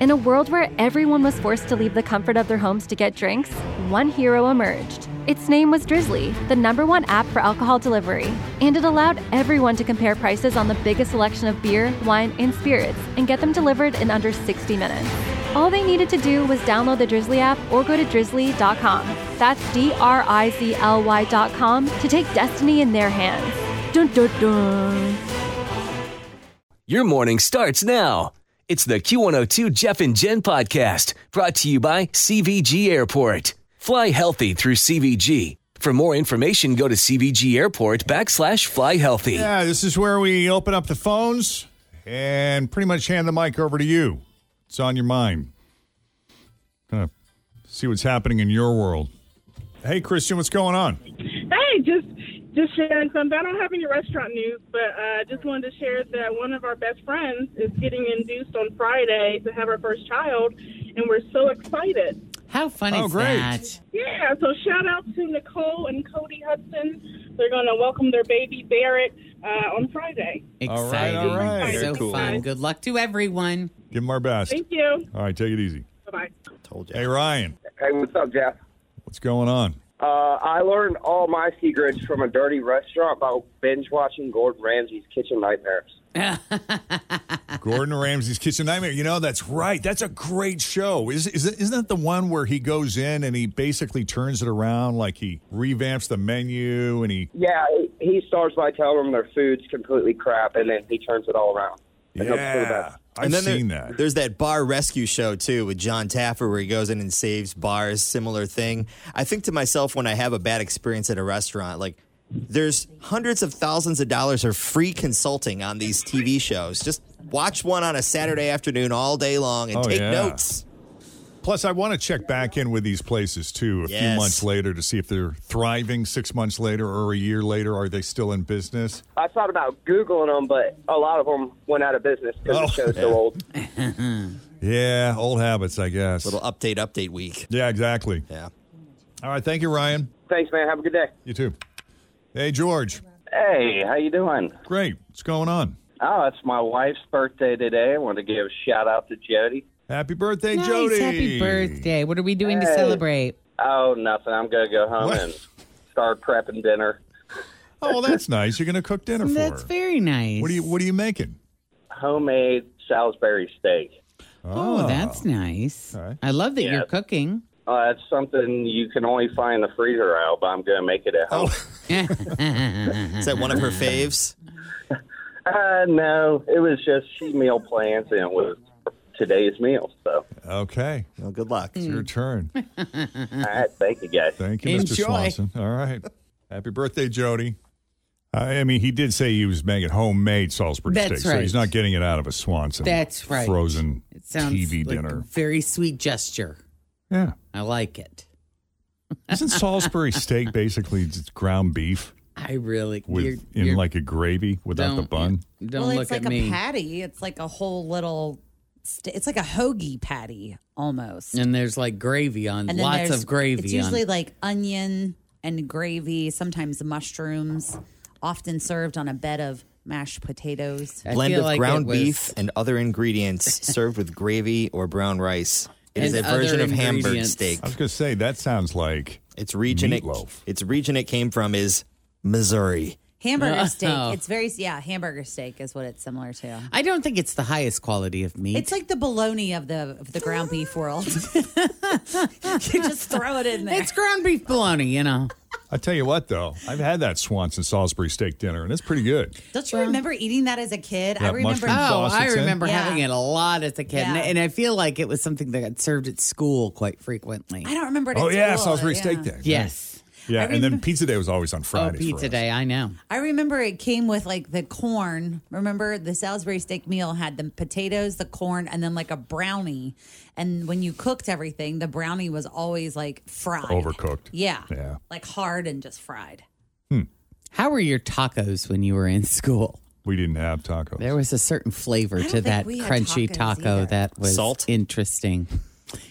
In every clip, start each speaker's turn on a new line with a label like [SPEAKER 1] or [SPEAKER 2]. [SPEAKER 1] In a world where everyone was forced to leave the comfort of their homes to get drinks, one hero emerged. Its name was Drizzly, the number one app for alcohol delivery, and it allowed everyone to compare prices on the biggest selection of beer, wine, and spirits and get them delivered in under 60 minutes. All they needed to do was download the Drizzly app or go to drizzly.com. That's D R I Z L Y.com to take destiny in their hands. Dun dun dun.
[SPEAKER 2] Your morning starts now. It's the Q102 Jeff and Jen podcast brought to you by CVG Airport. Fly healthy through CVG. For more information, go to CVG Airport backslash fly healthy.
[SPEAKER 3] Yeah, this is where we open up the phones and pretty much hand the mic over to you. It's on your mind. Kind of see what's happening in your world. Hey, Christian, what's going on?
[SPEAKER 4] Hey, just just sharing something. I don't have any restaurant news, but I uh, just wanted to share that one of our best friends is getting induced on Friday to have our first child, and we're so excited.
[SPEAKER 5] How fun
[SPEAKER 3] Oh,
[SPEAKER 5] is
[SPEAKER 3] great.
[SPEAKER 5] that?
[SPEAKER 4] Yeah, so shout out to Nicole and Cody Hudson. They're going to welcome their baby Barrett uh, on Friday.
[SPEAKER 3] All right,
[SPEAKER 6] Exciting.
[SPEAKER 3] all right.
[SPEAKER 6] So
[SPEAKER 3] Very cool.
[SPEAKER 6] fun. Good luck to everyone.
[SPEAKER 3] Give them our best.
[SPEAKER 4] Thank you.
[SPEAKER 3] All right, take it easy.
[SPEAKER 4] Bye bye.
[SPEAKER 7] Told
[SPEAKER 3] Hey, Ryan,
[SPEAKER 8] Hey, what's up, Jeff?
[SPEAKER 3] what's going on?
[SPEAKER 8] Uh, I learned all my secrets from a dirty restaurant by binge watching Gordon Ramsay's Kitchen Nightmares.
[SPEAKER 3] Gordon Ramsay's Kitchen Nightmare. You know, that's right. That's a great show. Is, is, isn't that the one where he goes in and he basically turns it around? Like he revamps the menu and he.
[SPEAKER 8] Yeah, he- he starts by telling them their food's completely crap, and then he turns it all around. It helps for the
[SPEAKER 3] Yeah.
[SPEAKER 8] best.
[SPEAKER 3] I've
[SPEAKER 7] there-
[SPEAKER 3] seen that.
[SPEAKER 7] There's that bar rescue show too with John Taffer where he goes in and saves bars, similar thing. I think to myself when I have a bad experience at a restaurant, like there's hundreds of thousands of dollars of free consulting on these TV shows. Just watch one on a Saturday afternoon all day long and
[SPEAKER 3] Oh,
[SPEAKER 7] take
[SPEAKER 3] yeah.
[SPEAKER 7] notes.
[SPEAKER 3] Plus, I want to check back in with these places too a few
[SPEAKER 7] Yes.
[SPEAKER 3] months later to see if they're thriving six months later or a year later. Are they still in business?
[SPEAKER 8] I thought about Googling them, but a lot of them went out of business because
[SPEAKER 3] Oh.
[SPEAKER 8] the show's so old.
[SPEAKER 3] Yeah, old habits, I guess.
[SPEAKER 7] Little update update week.
[SPEAKER 3] yeah, exactly.
[SPEAKER 7] Yeah.
[SPEAKER 3] All right. Thank you, Ryan.
[SPEAKER 8] Thanks, man. Have a good day.
[SPEAKER 3] You too. Hey, George.
[SPEAKER 8] Hey, how you doing?
[SPEAKER 3] Great. What's going on?
[SPEAKER 8] Oh, it's my wife's birthday today. I want to give a shout out to Jody.
[SPEAKER 3] Happy birthday,
[SPEAKER 6] Nice.
[SPEAKER 3] Jody.
[SPEAKER 6] Happy birthday. What are we doing to celebrate?
[SPEAKER 8] Oh, nothing. I'm gonna go home
[SPEAKER 3] What?
[SPEAKER 8] and start prepping dinner.
[SPEAKER 3] Oh, well, that's nice. You're going to cook dinner for
[SPEAKER 6] That's
[SPEAKER 3] her.
[SPEAKER 6] very nice.
[SPEAKER 3] What are you What are you making?
[SPEAKER 8] Homemade Salisbury steak.
[SPEAKER 6] Oh, that's nice.
[SPEAKER 3] All right.
[SPEAKER 6] I love that
[SPEAKER 8] Yeah.
[SPEAKER 6] you're cooking.
[SPEAKER 8] Uh, that's something you can only find in the freezer aisle, but I'm going to make it at home.
[SPEAKER 3] Oh.
[SPEAKER 7] Is that one of her faves?
[SPEAKER 8] Uh, no, it was just she meal plans and it was today's meal. So,
[SPEAKER 3] Oh, Okay,
[SPEAKER 7] Well, good luck.
[SPEAKER 3] it's
[SPEAKER 6] Hmm.
[SPEAKER 3] your turn. Uh-huh.
[SPEAKER 8] all right, thank you guys.
[SPEAKER 3] Thank you, Mr.
[SPEAKER 6] Enjoy.
[SPEAKER 3] Swanson. All right. Happy birthday, Jody. Uh, I I mean, he did say he was making homemade Salisbury
[SPEAKER 6] That's
[SPEAKER 3] steak, so
[SPEAKER 6] right.
[SPEAKER 3] he's not getting it out of a Swanson.
[SPEAKER 6] That's right.
[SPEAKER 3] Frozen
[SPEAKER 6] It sounds
[SPEAKER 3] TV
[SPEAKER 6] like a
[SPEAKER 3] dinner.
[SPEAKER 6] very sweet gesture.
[SPEAKER 3] Yeah.
[SPEAKER 6] I like it.
[SPEAKER 3] Isn't Salisbury steak basically just ground beef
[SPEAKER 6] I really
[SPEAKER 3] with
[SPEAKER 6] you're-
[SPEAKER 3] in
[SPEAKER 6] you're-
[SPEAKER 3] like a gravy without the
[SPEAKER 6] don't-
[SPEAKER 3] bun?
[SPEAKER 6] Don't
[SPEAKER 9] well,
[SPEAKER 6] look
[SPEAKER 9] it's like
[SPEAKER 6] at
[SPEAKER 9] a
[SPEAKER 6] me.
[SPEAKER 9] patty. It's like a whole little. St- it's like a hoagie patty almost.
[SPEAKER 6] And there's like gravy on
[SPEAKER 9] And then
[SPEAKER 6] lots
[SPEAKER 9] there's-
[SPEAKER 6] of gravy.
[SPEAKER 9] It's
[SPEAKER 6] on-
[SPEAKER 9] usually like onion and gravy. Sometimes mushrooms. Often served on a bed of mashed potatoes.
[SPEAKER 6] I
[SPEAKER 7] Blend
[SPEAKER 6] feel
[SPEAKER 7] of
[SPEAKER 6] like
[SPEAKER 7] ground
[SPEAKER 6] it was-
[SPEAKER 7] beef and other ingredients served with gravy or brown rice. It is
[SPEAKER 6] And
[SPEAKER 7] a version
[SPEAKER 6] other
[SPEAKER 7] of Hamburg
[SPEAKER 6] ingredients.
[SPEAKER 7] steak.
[SPEAKER 3] I was going to say that sounds like
[SPEAKER 7] Its region, it,
[SPEAKER 3] Meatloaf.
[SPEAKER 7] its region it came from is Missouri.
[SPEAKER 8] Hamburger
[SPEAKER 5] Oh.
[SPEAKER 8] steak. It's very yeah, hamburger steak is what it's similar to.
[SPEAKER 5] I don't think it's the highest quality of meat.
[SPEAKER 8] It's like the bologna of the of the ground beef world. you just throw it in there.
[SPEAKER 5] it's ground beef bologna, you know.
[SPEAKER 3] I tell you what, though, I've had that Swanson Salisbury steak dinner, and it's pretty good.
[SPEAKER 8] Don't you remember eating that as a kid? I
[SPEAKER 3] Yeah,
[SPEAKER 8] remember
[SPEAKER 3] mushroom
[SPEAKER 5] Oh,
[SPEAKER 3] sauce
[SPEAKER 5] I
[SPEAKER 3] it's in?
[SPEAKER 5] remember
[SPEAKER 8] Yeah.
[SPEAKER 5] having it a lot as a kid, and,
[SPEAKER 8] Yeah.
[SPEAKER 5] and I feel like it was something that got served at school quite frequently.
[SPEAKER 8] I don't remember it. at
[SPEAKER 3] Oh yeah,
[SPEAKER 8] school.
[SPEAKER 3] Salisbury
[SPEAKER 8] Yeah.
[SPEAKER 3] steak dinner.
[SPEAKER 5] Yes.
[SPEAKER 3] Yeah,
[SPEAKER 8] I
[SPEAKER 3] and then pizza day was always on
[SPEAKER 5] Oh,
[SPEAKER 3] Fridays. for
[SPEAKER 5] pizza
[SPEAKER 3] us.
[SPEAKER 5] day. I know.
[SPEAKER 8] I remember it came with like the corn. Remember the Salisbury steak meal had the potatoes, the corn, and then like a brownie. And when you cooked everything, the brownie was always like fried,
[SPEAKER 3] Overcooked.
[SPEAKER 8] Yeah,
[SPEAKER 3] Yeah. Hmm.
[SPEAKER 8] like hard and just fried.
[SPEAKER 5] How were your tacos when you were in school?
[SPEAKER 3] We didn't have tacos.
[SPEAKER 5] There was a certain flavor
[SPEAKER 8] I don't
[SPEAKER 5] to
[SPEAKER 8] think
[SPEAKER 5] that
[SPEAKER 8] we had
[SPEAKER 5] crunchy
[SPEAKER 8] tacos
[SPEAKER 5] taco
[SPEAKER 8] either.
[SPEAKER 5] that was
[SPEAKER 7] Salt?
[SPEAKER 5] interesting.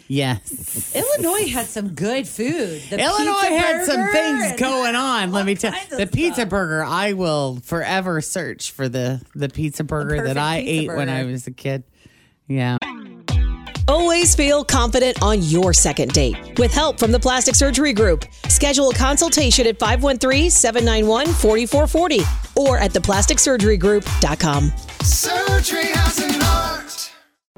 [SPEAKER 5] Yes.
[SPEAKER 8] Illinois had some good food. The
[SPEAKER 5] Illinois
[SPEAKER 8] pizza
[SPEAKER 5] had some
[SPEAKER 8] burger
[SPEAKER 5] things
[SPEAKER 8] and-
[SPEAKER 5] going on. Let me tell
[SPEAKER 8] kinds of
[SPEAKER 5] the pizza
[SPEAKER 8] stuff.
[SPEAKER 5] burger. I will forever search for the the pizza burger that
[SPEAKER 8] perfect
[SPEAKER 5] I
[SPEAKER 8] pizza
[SPEAKER 5] ate when
[SPEAKER 8] burger.
[SPEAKER 5] I was a kid. Yeah.
[SPEAKER 10] Always feel confident on your second date. With help from the Plastic Surgery Group, schedule a consultation at 513 791 4440 or at theplasticsurgerygroup.com.
[SPEAKER 11] Surgery has an art.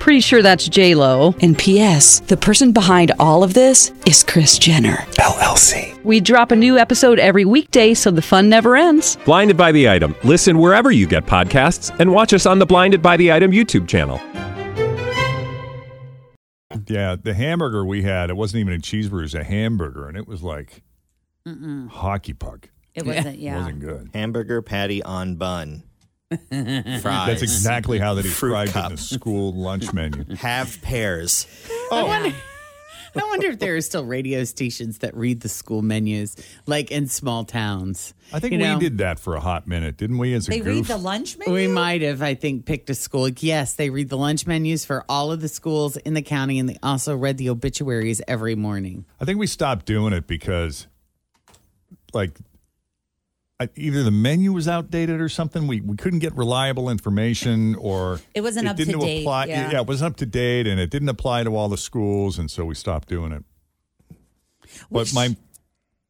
[SPEAKER 12] Pretty sure that's J Lo.
[SPEAKER 10] And P.S. The person behind all of this is Chris Jenner.
[SPEAKER 13] LLC.
[SPEAKER 12] We drop a new episode every weekday, so the fun never ends.
[SPEAKER 13] Blinded by the item. Listen wherever you get podcasts, and watch us on the Blinded by the Item YouTube channel.
[SPEAKER 3] Yeah, the hamburger we had, it wasn't even a cheeseburger, it was a hamburger, and it was like hockey puck.
[SPEAKER 8] It wasn't. Yeah.
[SPEAKER 3] It wasn't good.
[SPEAKER 7] Hamburger patty on bun. Fries.
[SPEAKER 3] That's exactly how they
[SPEAKER 7] Fruit
[SPEAKER 3] described it in
[SPEAKER 7] cup.
[SPEAKER 3] the school lunch menu.
[SPEAKER 7] Have pears.
[SPEAKER 5] I wonder. I wonder if there are still radio stations that read the school menus, like in small towns.
[SPEAKER 3] I think
[SPEAKER 5] You
[SPEAKER 3] we
[SPEAKER 5] know?
[SPEAKER 3] did that for a hot minute, didn't we? As a
[SPEAKER 8] They
[SPEAKER 3] goof?
[SPEAKER 8] read the lunch menu.
[SPEAKER 5] We might have, I think, picked a school. Yes, they read the lunch menus for all of the schools in the county, and they also read the obituaries every morning.
[SPEAKER 3] I think we stopped doing it because, like, I, either the menu was outdated or something. We we couldn't get reliable information, or
[SPEAKER 8] It wasn't up to
[SPEAKER 3] didn't
[SPEAKER 8] date,
[SPEAKER 3] Apply,
[SPEAKER 8] yeah.
[SPEAKER 3] it wasn't up to date, and it didn't apply to all the schools, and so we stopped doing it. But
[SPEAKER 8] Which-
[SPEAKER 3] my,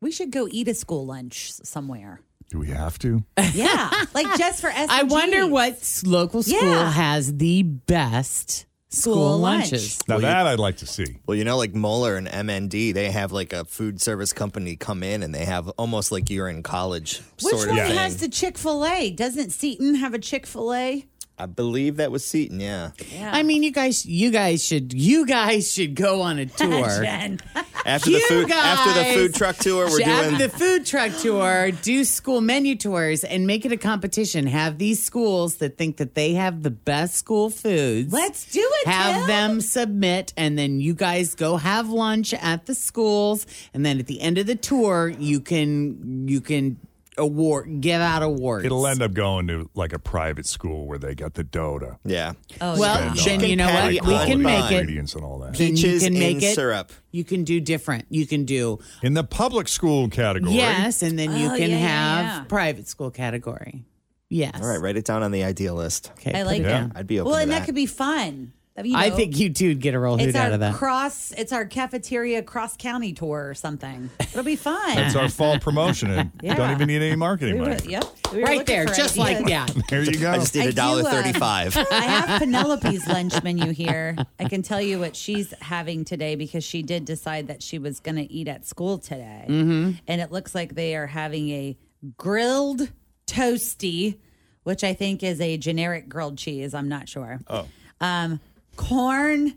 [SPEAKER 8] We should go eat a school lunch s- somewhere.
[SPEAKER 3] do we have to?
[SPEAKER 8] Yeah, like just for S.
[SPEAKER 5] I wonder what s- local school
[SPEAKER 8] Yeah.
[SPEAKER 5] has the best school,
[SPEAKER 8] School lunch.
[SPEAKER 5] lunches.
[SPEAKER 3] Now that I'd like to see.
[SPEAKER 7] Well, you know, like Moeller and MND, they have like a food service company come in and they have almost like you're in college
[SPEAKER 8] Which
[SPEAKER 7] sort
[SPEAKER 8] one
[SPEAKER 7] of thing.
[SPEAKER 8] has the Chick Fil A? Doesn't Seton have a Chick Fil A?
[SPEAKER 7] I believe that was Seton, yeah.
[SPEAKER 5] I mean, you guys, you guys should, you guys should go on a tour.
[SPEAKER 8] Jen.
[SPEAKER 7] After the
[SPEAKER 5] You
[SPEAKER 7] food after the
[SPEAKER 5] guys-
[SPEAKER 7] food truck tour, we're
[SPEAKER 5] Have
[SPEAKER 7] doing
[SPEAKER 5] the food truck tour, do school menu tours, and make it a competition. Have these schools that think that they have the best school foods.
[SPEAKER 8] Let's do it.
[SPEAKER 5] have
[SPEAKER 8] Tim.
[SPEAKER 5] them submit, and then you guys go have lunch at the schools, and then at the end of the tour, you can you can award give out awards.
[SPEAKER 3] It'll end up going to like a private school where they got the Dota. uh,
[SPEAKER 7] Yeah.
[SPEAKER 8] Oh, yeah.
[SPEAKER 5] well, then
[SPEAKER 7] Chicken
[SPEAKER 5] you know what
[SPEAKER 7] patty
[SPEAKER 5] we
[SPEAKER 7] on
[SPEAKER 5] can
[SPEAKER 7] bun.
[SPEAKER 5] make it.
[SPEAKER 3] ingredients and all that.
[SPEAKER 5] Then you
[SPEAKER 7] Peaches
[SPEAKER 5] can make
[SPEAKER 7] in
[SPEAKER 5] it.
[SPEAKER 7] syrup.
[SPEAKER 5] You can do different. You can do
[SPEAKER 3] In the public school category,
[SPEAKER 5] yes, and then you
[SPEAKER 8] Oh,
[SPEAKER 5] can
[SPEAKER 8] yeah, yeah,
[SPEAKER 5] have
[SPEAKER 8] yeah.
[SPEAKER 5] private school category. Yes.
[SPEAKER 7] All right, write it down on the idea list.
[SPEAKER 5] Okay.
[SPEAKER 8] I
[SPEAKER 5] put
[SPEAKER 8] like
[SPEAKER 5] it
[SPEAKER 8] that.
[SPEAKER 5] down.
[SPEAKER 7] I'd be open
[SPEAKER 8] Well,
[SPEAKER 7] to
[SPEAKER 8] and
[SPEAKER 7] that.
[SPEAKER 8] that could be fun. I, mean, you
[SPEAKER 5] I
[SPEAKER 8] know,
[SPEAKER 5] think you two'd get a roll hoot
[SPEAKER 8] it's
[SPEAKER 5] out
[SPEAKER 8] our
[SPEAKER 5] of that.
[SPEAKER 8] cross. It's our cafeteria cross county tour or something. It'll be fun.
[SPEAKER 3] that's our fall promotion. And
[SPEAKER 8] Yeah.
[SPEAKER 3] Don't even need any
[SPEAKER 8] We
[SPEAKER 3] marketing
[SPEAKER 8] were-
[SPEAKER 3] money.
[SPEAKER 8] yep. We were
[SPEAKER 5] right
[SPEAKER 8] looking
[SPEAKER 5] there,
[SPEAKER 8] for
[SPEAKER 5] just like
[SPEAKER 8] ideas.
[SPEAKER 5] that.
[SPEAKER 3] There you
[SPEAKER 7] I
[SPEAKER 5] Oh,
[SPEAKER 3] go.
[SPEAKER 7] just need
[SPEAKER 8] I
[SPEAKER 7] a
[SPEAKER 8] do,
[SPEAKER 7] dollar
[SPEAKER 8] uh,
[SPEAKER 7] thirty five.
[SPEAKER 8] I have Penelope's lunch menu here. I can tell you what she's having today because she did decide that she was going to eat at school today.
[SPEAKER 5] Mm-hmm.
[SPEAKER 8] And it looks like they are having a grilled toasty, which I think is a generic grilled cheese. I'm not sure. Oh. Um, corn,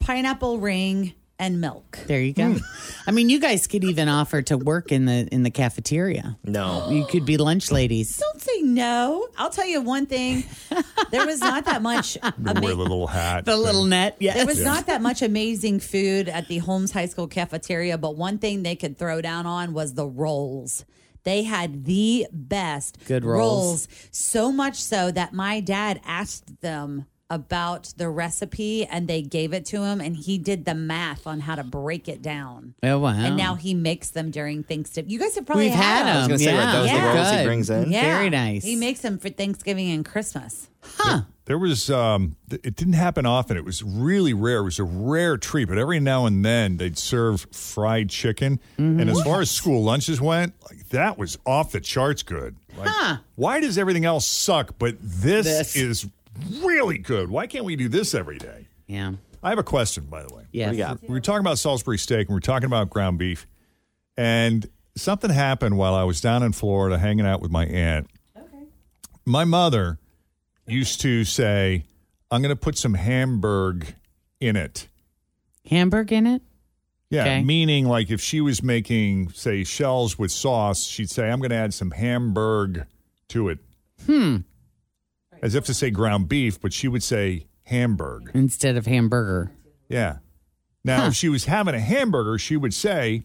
[SPEAKER 8] pineapple ring, and milk.
[SPEAKER 5] There you go. I mean, you guys could even offer to work in the in the cafeteria.
[SPEAKER 7] No.
[SPEAKER 5] You could be lunch ladies.
[SPEAKER 8] Don't say no. I'll tell you one thing. There was not that much.
[SPEAKER 3] Wear the little hat.
[SPEAKER 5] The little net,
[SPEAKER 8] There
[SPEAKER 5] yes.
[SPEAKER 8] was not that much amazing food at the Holmes High School cafeteria, but one thing they could throw down on was the rolls. They had the best
[SPEAKER 5] Good rolls.
[SPEAKER 8] So much so that my dad asked them about the recipe and they gave it to him and he did the math on how to break it down.
[SPEAKER 5] Oh, wow.
[SPEAKER 8] And now he makes them during Thanksgiving. You guys have probably
[SPEAKER 5] We've had them.
[SPEAKER 8] them.
[SPEAKER 5] yeah. Good.
[SPEAKER 8] Yeah.
[SPEAKER 5] Very nice.
[SPEAKER 8] He makes them for Thanksgiving and Christmas.
[SPEAKER 3] There was, um, th- it didn't happen often. It was really rare. It was a rare treat, but every now and then they'd serve fried chicken. And
[SPEAKER 5] Mm-hmm.
[SPEAKER 3] as far as school lunches went, like, that was off the charts good. Like, Why does everything else suck, but this,
[SPEAKER 5] This.
[SPEAKER 3] is really good? Why can't we do this every day?
[SPEAKER 5] Yeah.
[SPEAKER 3] I have a question, by the way.
[SPEAKER 5] Yes. What do you got?
[SPEAKER 3] We were talking about Salisbury steak and we were talking about ground beef. And something happened while I was down in Florida hanging out with my aunt. My mother used to say, I'm going to put some Hamburg in it.
[SPEAKER 5] Hamburg in it?
[SPEAKER 3] Yeah,
[SPEAKER 5] Okay.
[SPEAKER 3] meaning like if she was making, say, shells with sauce, she'd say, I'm going to add some Hamburg to it,
[SPEAKER 5] Hmm.
[SPEAKER 3] as if to say ground beef, but she would say Hamburg.
[SPEAKER 5] Instead of hamburger.
[SPEAKER 3] Yeah. Now, if she was having a hamburger, she would say,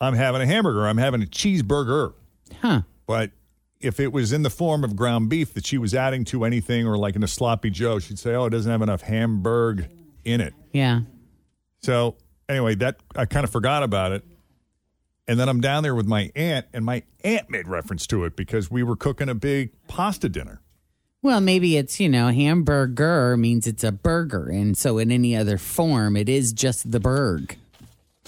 [SPEAKER 3] I'm having a hamburger. I'm having a cheeseburger.
[SPEAKER 5] Huh.
[SPEAKER 3] But if it was in the form of ground beef that she was adding to anything or like in a sloppy Joe, she'd say, Oh, it doesn't have enough hamburg in it.
[SPEAKER 5] Yeah.
[SPEAKER 3] So anyway, that I kind of forgot about it. And then I'm down there with my aunt, and my aunt made reference to it because we were cooking a big pasta dinner.
[SPEAKER 5] Well, maybe it's, you know, hamburger means it's a burger. And so in any other form, it is just the burg.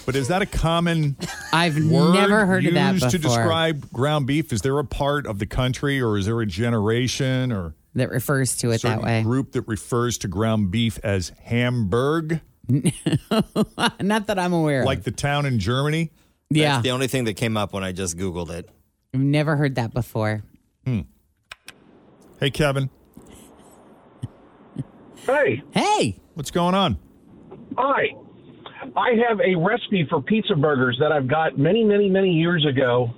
[SPEAKER 3] But is that a common
[SPEAKER 5] I've
[SPEAKER 3] word
[SPEAKER 5] never heard of that
[SPEAKER 3] used
[SPEAKER 5] before.
[SPEAKER 3] to describe ground beef? Is there a part of the country or is there a generation or
[SPEAKER 5] that refers to it that
[SPEAKER 3] certain
[SPEAKER 5] way.
[SPEAKER 3] group that refers to ground beef as Hamburg?
[SPEAKER 5] Not that I'm aware
[SPEAKER 3] Like the town in Germany?
[SPEAKER 5] Yeah.
[SPEAKER 7] the only thing that came up when I just Googled it.
[SPEAKER 5] of. I've never heard that before.
[SPEAKER 3] Hey, Kevin.
[SPEAKER 4] Hey.
[SPEAKER 5] Hey.
[SPEAKER 3] What's going on?
[SPEAKER 4] Hi. I have a recipe for pizza burgers that I've got many, many, many years ago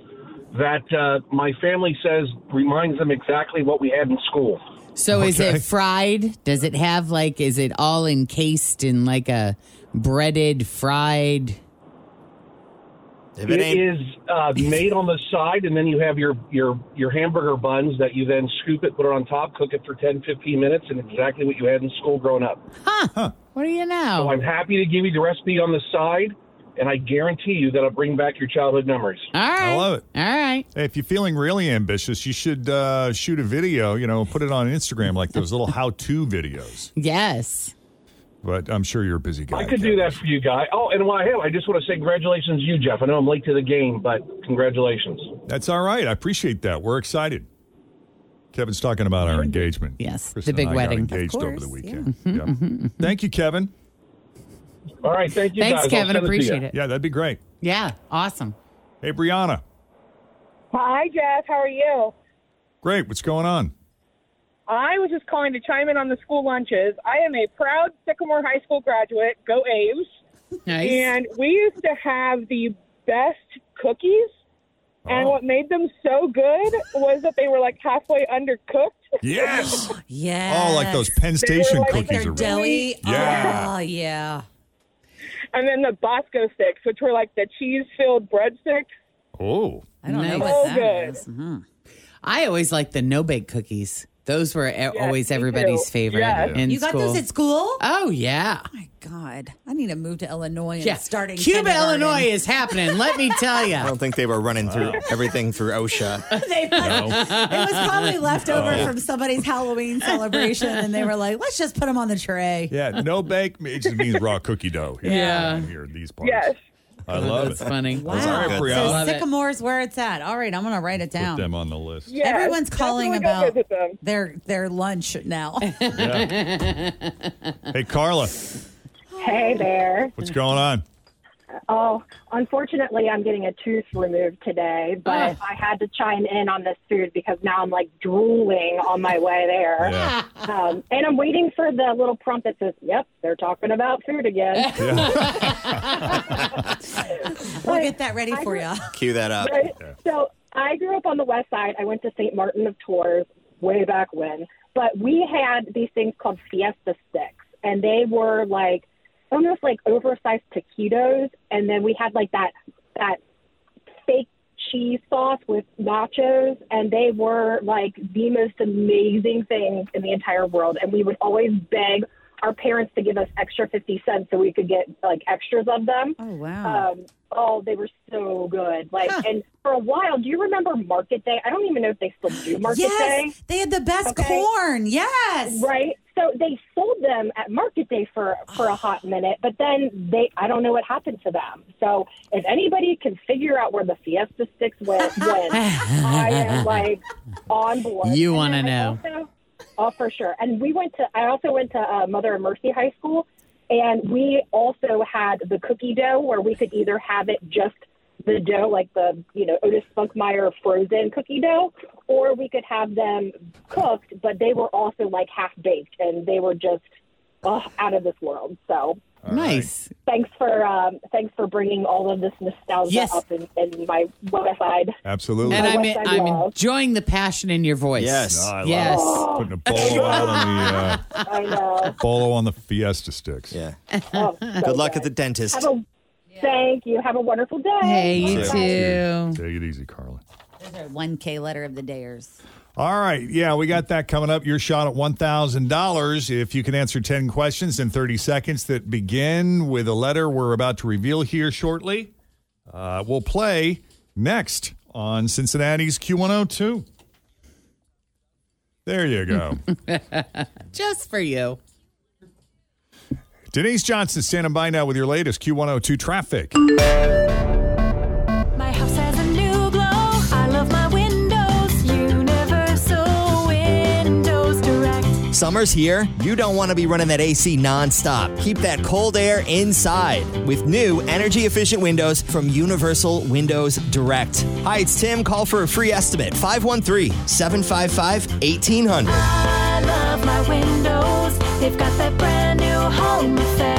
[SPEAKER 4] that uh, my family says reminds them exactly what we had in school.
[SPEAKER 5] So is
[SPEAKER 4] Okay.
[SPEAKER 5] it fried? Does it have like is it all encased in like a breaded fried
[SPEAKER 4] It is uh, made on the side, and then you have your, your, your hamburger buns that you then scoop it, put it on top, cook it for 10, 15 minutes, and exactly what you had in school growing up.
[SPEAKER 5] What do you know?
[SPEAKER 4] So I'm happy to give you the recipe on the side, and I guarantee you that'll bring back your childhood memories.
[SPEAKER 5] All right.
[SPEAKER 3] I love it.
[SPEAKER 5] All right.
[SPEAKER 3] if you're feeling really ambitious, you should uh, shoot a video, you know, put it on Instagram like those little how to videos.
[SPEAKER 5] Yes.
[SPEAKER 3] But I'm sure you're a busy guy.
[SPEAKER 4] I could do that for you, guy. Oh, and while I have, I just want to say congratulations to you, Jeff. I know I'm late to the game, but congratulations.
[SPEAKER 3] That's all right. I appreciate that. We're excited. Kevin's talking about our engagement.
[SPEAKER 5] Yes, the
[SPEAKER 3] Kristen
[SPEAKER 5] big
[SPEAKER 3] and I
[SPEAKER 5] wedding.
[SPEAKER 3] Got engaged over the weekend. Yeah.
[SPEAKER 5] Mm-hmm,
[SPEAKER 3] Thank you, Kevin.
[SPEAKER 4] All right, thank
[SPEAKER 5] you, Thanks, guys. I'll Kevin. send it to Appreciate you. it.
[SPEAKER 3] Yeah, that'd be great.
[SPEAKER 5] Yeah. Awesome.
[SPEAKER 3] Hey, Brianna.
[SPEAKER 14] Hi, Jeff. How are you?
[SPEAKER 3] Great. What's going on?
[SPEAKER 14] I was just calling to chime in on the school lunches. I am a proud Sycamore High School graduate. Go Aves.
[SPEAKER 5] Nice.
[SPEAKER 14] And we used to have the best cookies. And
[SPEAKER 3] Oh.
[SPEAKER 14] what made them so good was that they were like halfway undercooked.
[SPEAKER 3] Yes.
[SPEAKER 8] yeah.
[SPEAKER 3] Oh, like those Penn
[SPEAKER 14] They
[SPEAKER 3] Station
[SPEAKER 14] were like
[SPEAKER 3] cookies.
[SPEAKER 14] their
[SPEAKER 3] are
[SPEAKER 14] doughy.
[SPEAKER 3] really- Yeah.
[SPEAKER 8] Oh, yeah.
[SPEAKER 14] And then the Bosco sticks, which were like the cheese filled breadsticks.
[SPEAKER 3] Oh.
[SPEAKER 8] I don't know
[SPEAKER 5] Nice.
[SPEAKER 8] what
[SPEAKER 14] So
[SPEAKER 8] that
[SPEAKER 14] good.
[SPEAKER 8] is. Mm-hmm.
[SPEAKER 5] I always liked the no bake cookies. Those were e-, always
[SPEAKER 8] me
[SPEAKER 5] everybody's
[SPEAKER 8] too.
[SPEAKER 5] favorite
[SPEAKER 8] Yes.
[SPEAKER 5] in
[SPEAKER 8] You got
[SPEAKER 5] school.
[SPEAKER 8] those at school?
[SPEAKER 5] Oh yeah.
[SPEAKER 8] God, I need to move to Illinois and
[SPEAKER 5] Yeah.
[SPEAKER 8] start in
[SPEAKER 5] Cuba,
[SPEAKER 8] kindergarten.
[SPEAKER 5] Illinois is happening. Let me tell you.
[SPEAKER 7] I don't think they were running through everything through OSHA.
[SPEAKER 8] They- It was probably left over
[SPEAKER 5] Oh.
[SPEAKER 7] No.
[SPEAKER 8] from somebody's Halloween celebration, and they were like, "Let's just put them on the tray."
[SPEAKER 3] Yeah, no bake. It just means raw cookie dough. Here,
[SPEAKER 8] Yeah.
[SPEAKER 3] Here, these parts.
[SPEAKER 8] Yes.
[SPEAKER 3] I love
[SPEAKER 5] That's
[SPEAKER 3] it.
[SPEAKER 5] funny.
[SPEAKER 3] Wow. All right, Brianna.
[SPEAKER 8] So sycamore's where it's at. All right, I'm gonna write it
[SPEAKER 3] Put
[SPEAKER 8] down.
[SPEAKER 3] them on the list.
[SPEAKER 14] Yes,
[SPEAKER 8] Everyone's calling
[SPEAKER 14] definitely go
[SPEAKER 8] about their their lunch now.
[SPEAKER 3] Hey, Carla,
[SPEAKER 15] Hey there.
[SPEAKER 3] what's going on?
[SPEAKER 15] Oh, unfortunately, I'm getting a tooth removed today, but I had to chime in on this food because now I'm like drooling on my way there.
[SPEAKER 3] Yeah.
[SPEAKER 15] Um, and I'm waiting for the little prompt that says, yep, they're talking about food again.
[SPEAKER 8] we'll get that ready for you.
[SPEAKER 7] Cue that up.
[SPEAKER 15] Right? So I grew up on the west side. I went to St. Martin of Tours way back when, but we had these things called fiesta sticks, and they were like almost like oversized taquitos, and then we had like that that fake
[SPEAKER 8] cheese sauce with nachos, and they were like the most amazing things in the entire world. And we would always beg our parents to give us extra 50 cents so we could get like extras of them. Oh,
[SPEAKER 16] wow.
[SPEAKER 8] Um, oh, they were so good. Like, and for a while, do you remember Market Day? I don't even know if they still do Market Day.
[SPEAKER 16] Yes, they had the best corn. Yes.
[SPEAKER 8] Right. So they sold them at Market Day for for a hot minute, but then they I don't know what happened to them. So if anybody can figure out where the Fiesta sticks went, went I am like on board.
[SPEAKER 5] You
[SPEAKER 8] And
[SPEAKER 5] wanna
[SPEAKER 8] then I
[SPEAKER 5] know.
[SPEAKER 8] also- oh, for sure. And we went to I also went to uh, Mother of Mercy High School, and we also had the cookie dough where we could either have it just the dough, like the you know Otis Spunkmeyer frozen cookie dough, or we could have them cooked, but they were also like half baked and they were just oh, out of this world. So
[SPEAKER 5] nice.
[SPEAKER 8] Thanks for um, thanks for bringing all of this nostalgia
[SPEAKER 5] Yes.
[SPEAKER 8] up in, in my West Side.
[SPEAKER 3] Absolutely.
[SPEAKER 5] And I'm,
[SPEAKER 8] West Side
[SPEAKER 5] I'm
[SPEAKER 8] love.
[SPEAKER 5] enjoying the passion in your voice.
[SPEAKER 3] No, I love it.
[SPEAKER 5] yes.
[SPEAKER 3] Putting a bolo out on the
[SPEAKER 8] I know.
[SPEAKER 3] uh, bolo on the Fiesta sticks.
[SPEAKER 7] Yeah.
[SPEAKER 8] Oh, so
[SPEAKER 7] Good luck at the dentist.
[SPEAKER 8] Have a, Thank you. Have a wonderful day.
[SPEAKER 16] Hey, you
[SPEAKER 8] Bye.
[SPEAKER 16] too.
[SPEAKER 3] Take it easy, Carla.
[SPEAKER 16] Those are 1K letter of the dayers.
[SPEAKER 3] All right. Yeah, we got that coming up. Your shot at $1,000 if you can answer 10 questions in 30 seconds that begin with a letter we're about to reveal here shortly. Uh, we'll play next on Cincinnati's Q102. There you go.
[SPEAKER 5] Just for you.
[SPEAKER 3] Denise Johnson standing by now with your latest Q102 traffic.
[SPEAKER 1] My house has a new glow. I love my windows. Universal Windows Direct.
[SPEAKER 7] Summer's here. You don't want to be running that AC nonstop. Keep that cold air inside with new energy efficient windows from Universal Windows Direct. Hi, it's Tim. Call for a free estimate 513 755 1800.
[SPEAKER 1] I love my windows. They've got that brand new home effect.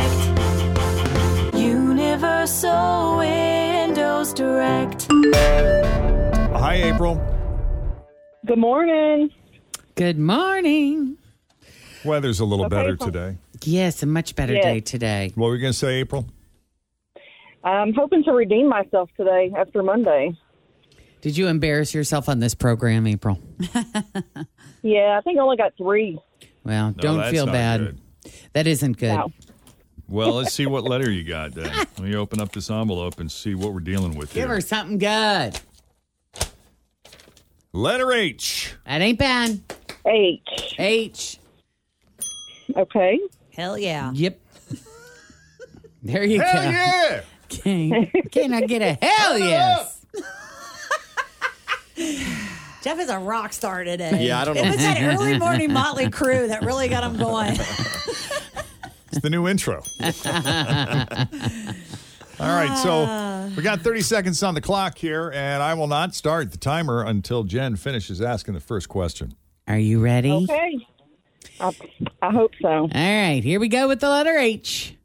[SPEAKER 1] Universal Windows Direct.
[SPEAKER 3] Hi, April.
[SPEAKER 5] Good morning. Good morning.
[SPEAKER 3] Weather's a little
[SPEAKER 5] Okay,
[SPEAKER 3] better
[SPEAKER 5] April.
[SPEAKER 3] today.
[SPEAKER 5] Yes, a much better
[SPEAKER 3] Yes.
[SPEAKER 5] day today.
[SPEAKER 3] What were you going to say, April?
[SPEAKER 17] I'm hoping to redeem myself today after Monday.
[SPEAKER 5] Did you embarrass yourself on this program, April?
[SPEAKER 17] Yeah, I think I only got three.
[SPEAKER 5] Well, don't
[SPEAKER 3] that's
[SPEAKER 5] feel
[SPEAKER 3] not
[SPEAKER 5] bad.
[SPEAKER 3] good.
[SPEAKER 5] That isn't good.
[SPEAKER 17] No.
[SPEAKER 3] Well, let's see what letter you got then. Let me open up this envelope and see what we're dealing with
[SPEAKER 5] Give
[SPEAKER 3] here.
[SPEAKER 5] her something good.
[SPEAKER 3] Letter H.
[SPEAKER 5] That ain't bad.
[SPEAKER 17] H.
[SPEAKER 5] H.
[SPEAKER 17] Okay.
[SPEAKER 16] Hell yeah.
[SPEAKER 5] Yep. There you
[SPEAKER 16] Hell
[SPEAKER 5] go.
[SPEAKER 16] yeah!
[SPEAKER 5] Can, can I get a hell yes?
[SPEAKER 16] Jeff is a rock star today.
[SPEAKER 5] Yeah, I don't
[SPEAKER 16] It
[SPEAKER 5] know.
[SPEAKER 16] was that early morning Motley crew that really got him going.
[SPEAKER 3] It's the new intro. All right, so we got 30 seconds on the clock here, and I will not start the timer until Jen finishes asking the first question.
[SPEAKER 5] Are you ready?
[SPEAKER 17] Okay. I, I hope so. All
[SPEAKER 5] right, here we go with the letter H.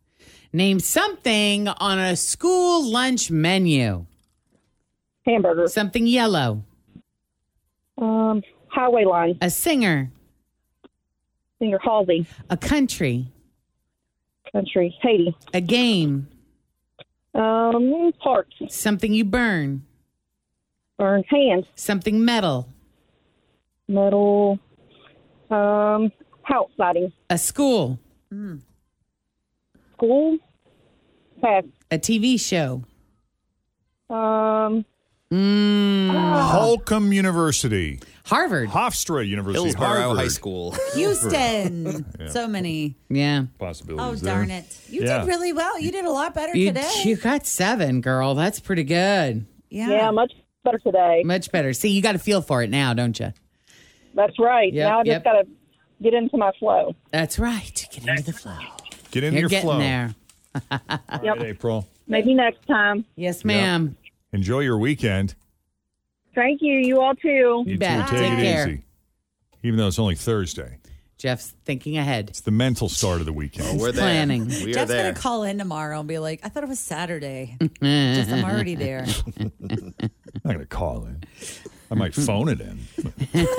[SPEAKER 5] Name something on a school lunch menu.
[SPEAKER 17] Hamburger.
[SPEAKER 5] Something yellow.
[SPEAKER 17] Um, highway line.
[SPEAKER 5] A singer.
[SPEAKER 17] Singer Halsey.
[SPEAKER 5] A country.
[SPEAKER 17] Country. Haiti.
[SPEAKER 5] A game.
[SPEAKER 17] Um, parks.
[SPEAKER 5] Something you burn.
[SPEAKER 17] Burn hands.
[SPEAKER 5] Something metal.
[SPEAKER 17] Metal. Um, house siding.
[SPEAKER 5] A school.
[SPEAKER 17] School. Pass.
[SPEAKER 5] A TV show.
[SPEAKER 17] Um,
[SPEAKER 3] Holcomb University,
[SPEAKER 5] Harvard,
[SPEAKER 3] Hofstra University,
[SPEAKER 7] Hillsborough
[SPEAKER 3] Harvard
[SPEAKER 7] High School.
[SPEAKER 16] Houston.
[SPEAKER 3] Yeah.
[SPEAKER 16] So many.
[SPEAKER 5] Yeah.
[SPEAKER 16] Oh,
[SPEAKER 3] Possibilities. there.
[SPEAKER 16] darn it. You
[SPEAKER 5] Yeah.
[SPEAKER 16] did really well. You did a lot better
[SPEAKER 5] You,
[SPEAKER 16] today.
[SPEAKER 5] you got seven, girl. That's pretty good.
[SPEAKER 16] yeah.
[SPEAKER 17] much better today.
[SPEAKER 5] Much better. See, you got a feel for it now, don't you?
[SPEAKER 17] That's right.
[SPEAKER 5] Yep,
[SPEAKER 17] now I just
[SPEAKER 5] yep.
[SPEAKER 17] gotta get into my flow.
[SPEAKER 5] That's right. Get into the flow.
[SPEAKER 3] Get in
[SPEAKER 5] You're
[SPEAKER 3] your
[SPEAKER 5] getting
[SPEAKER 3] flow.
[SPEAKER 5] there.
[SPEAKER 3] All right, April.
[SPEAKER 17] Maybe next time.
[SPEAKER 5] Yes,
[SPEAKER 3] ma'am. Enjoy your weekend.
[SPEAKER 17] Thank you. You all too.
[SPEAKER 3] You too. Take it easy. Even though it's only Thursday.
[SPEAKER 5] Jeff's thinking ahead. It's
[SPEAKER 3] the mental start of the weekend.
[SPEAKER 2] Oh,
[SPEAKER 16] He's
[SPEAKER 3] we're
[SPEAKER 16] there.
[SPEAKER 5] planning.
[SPEAKER 16] Jeff's gonna call in tomorrow and be like, "I thought it was Saturday. Just I'm already there."
[SPEAKER 3] I'm not going to call in. I might phone it in.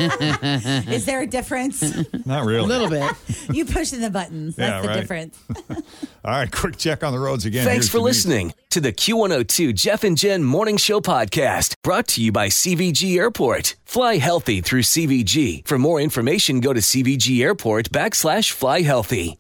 [SPEAKER 16] Is there a difference?
[SPEAKER 3] Not really. A little
[SPEAKER 5] bit.
[SPEAKER 16] you pushing the buttons. That's
[SPEAKER 3] Yeah,
[SPEAKER 16] the
[SPEAKER 3] right.
[SPEAKER 16] difference.
[SPEAKER 3] All right, quick check on the roads again.
[SPEAKER 2] Thanks
[SPEAKER 3] Here's
[SPEAKER 2] for
[SPEAKER 3] Denise.
[SPEAKER 2] listening to the Q102 Jeff and Jen Morning Show podcast, brought to you by CVG Airport. Fly healthy through CVG. For more information, go to CVG Airport backslash fly healthy.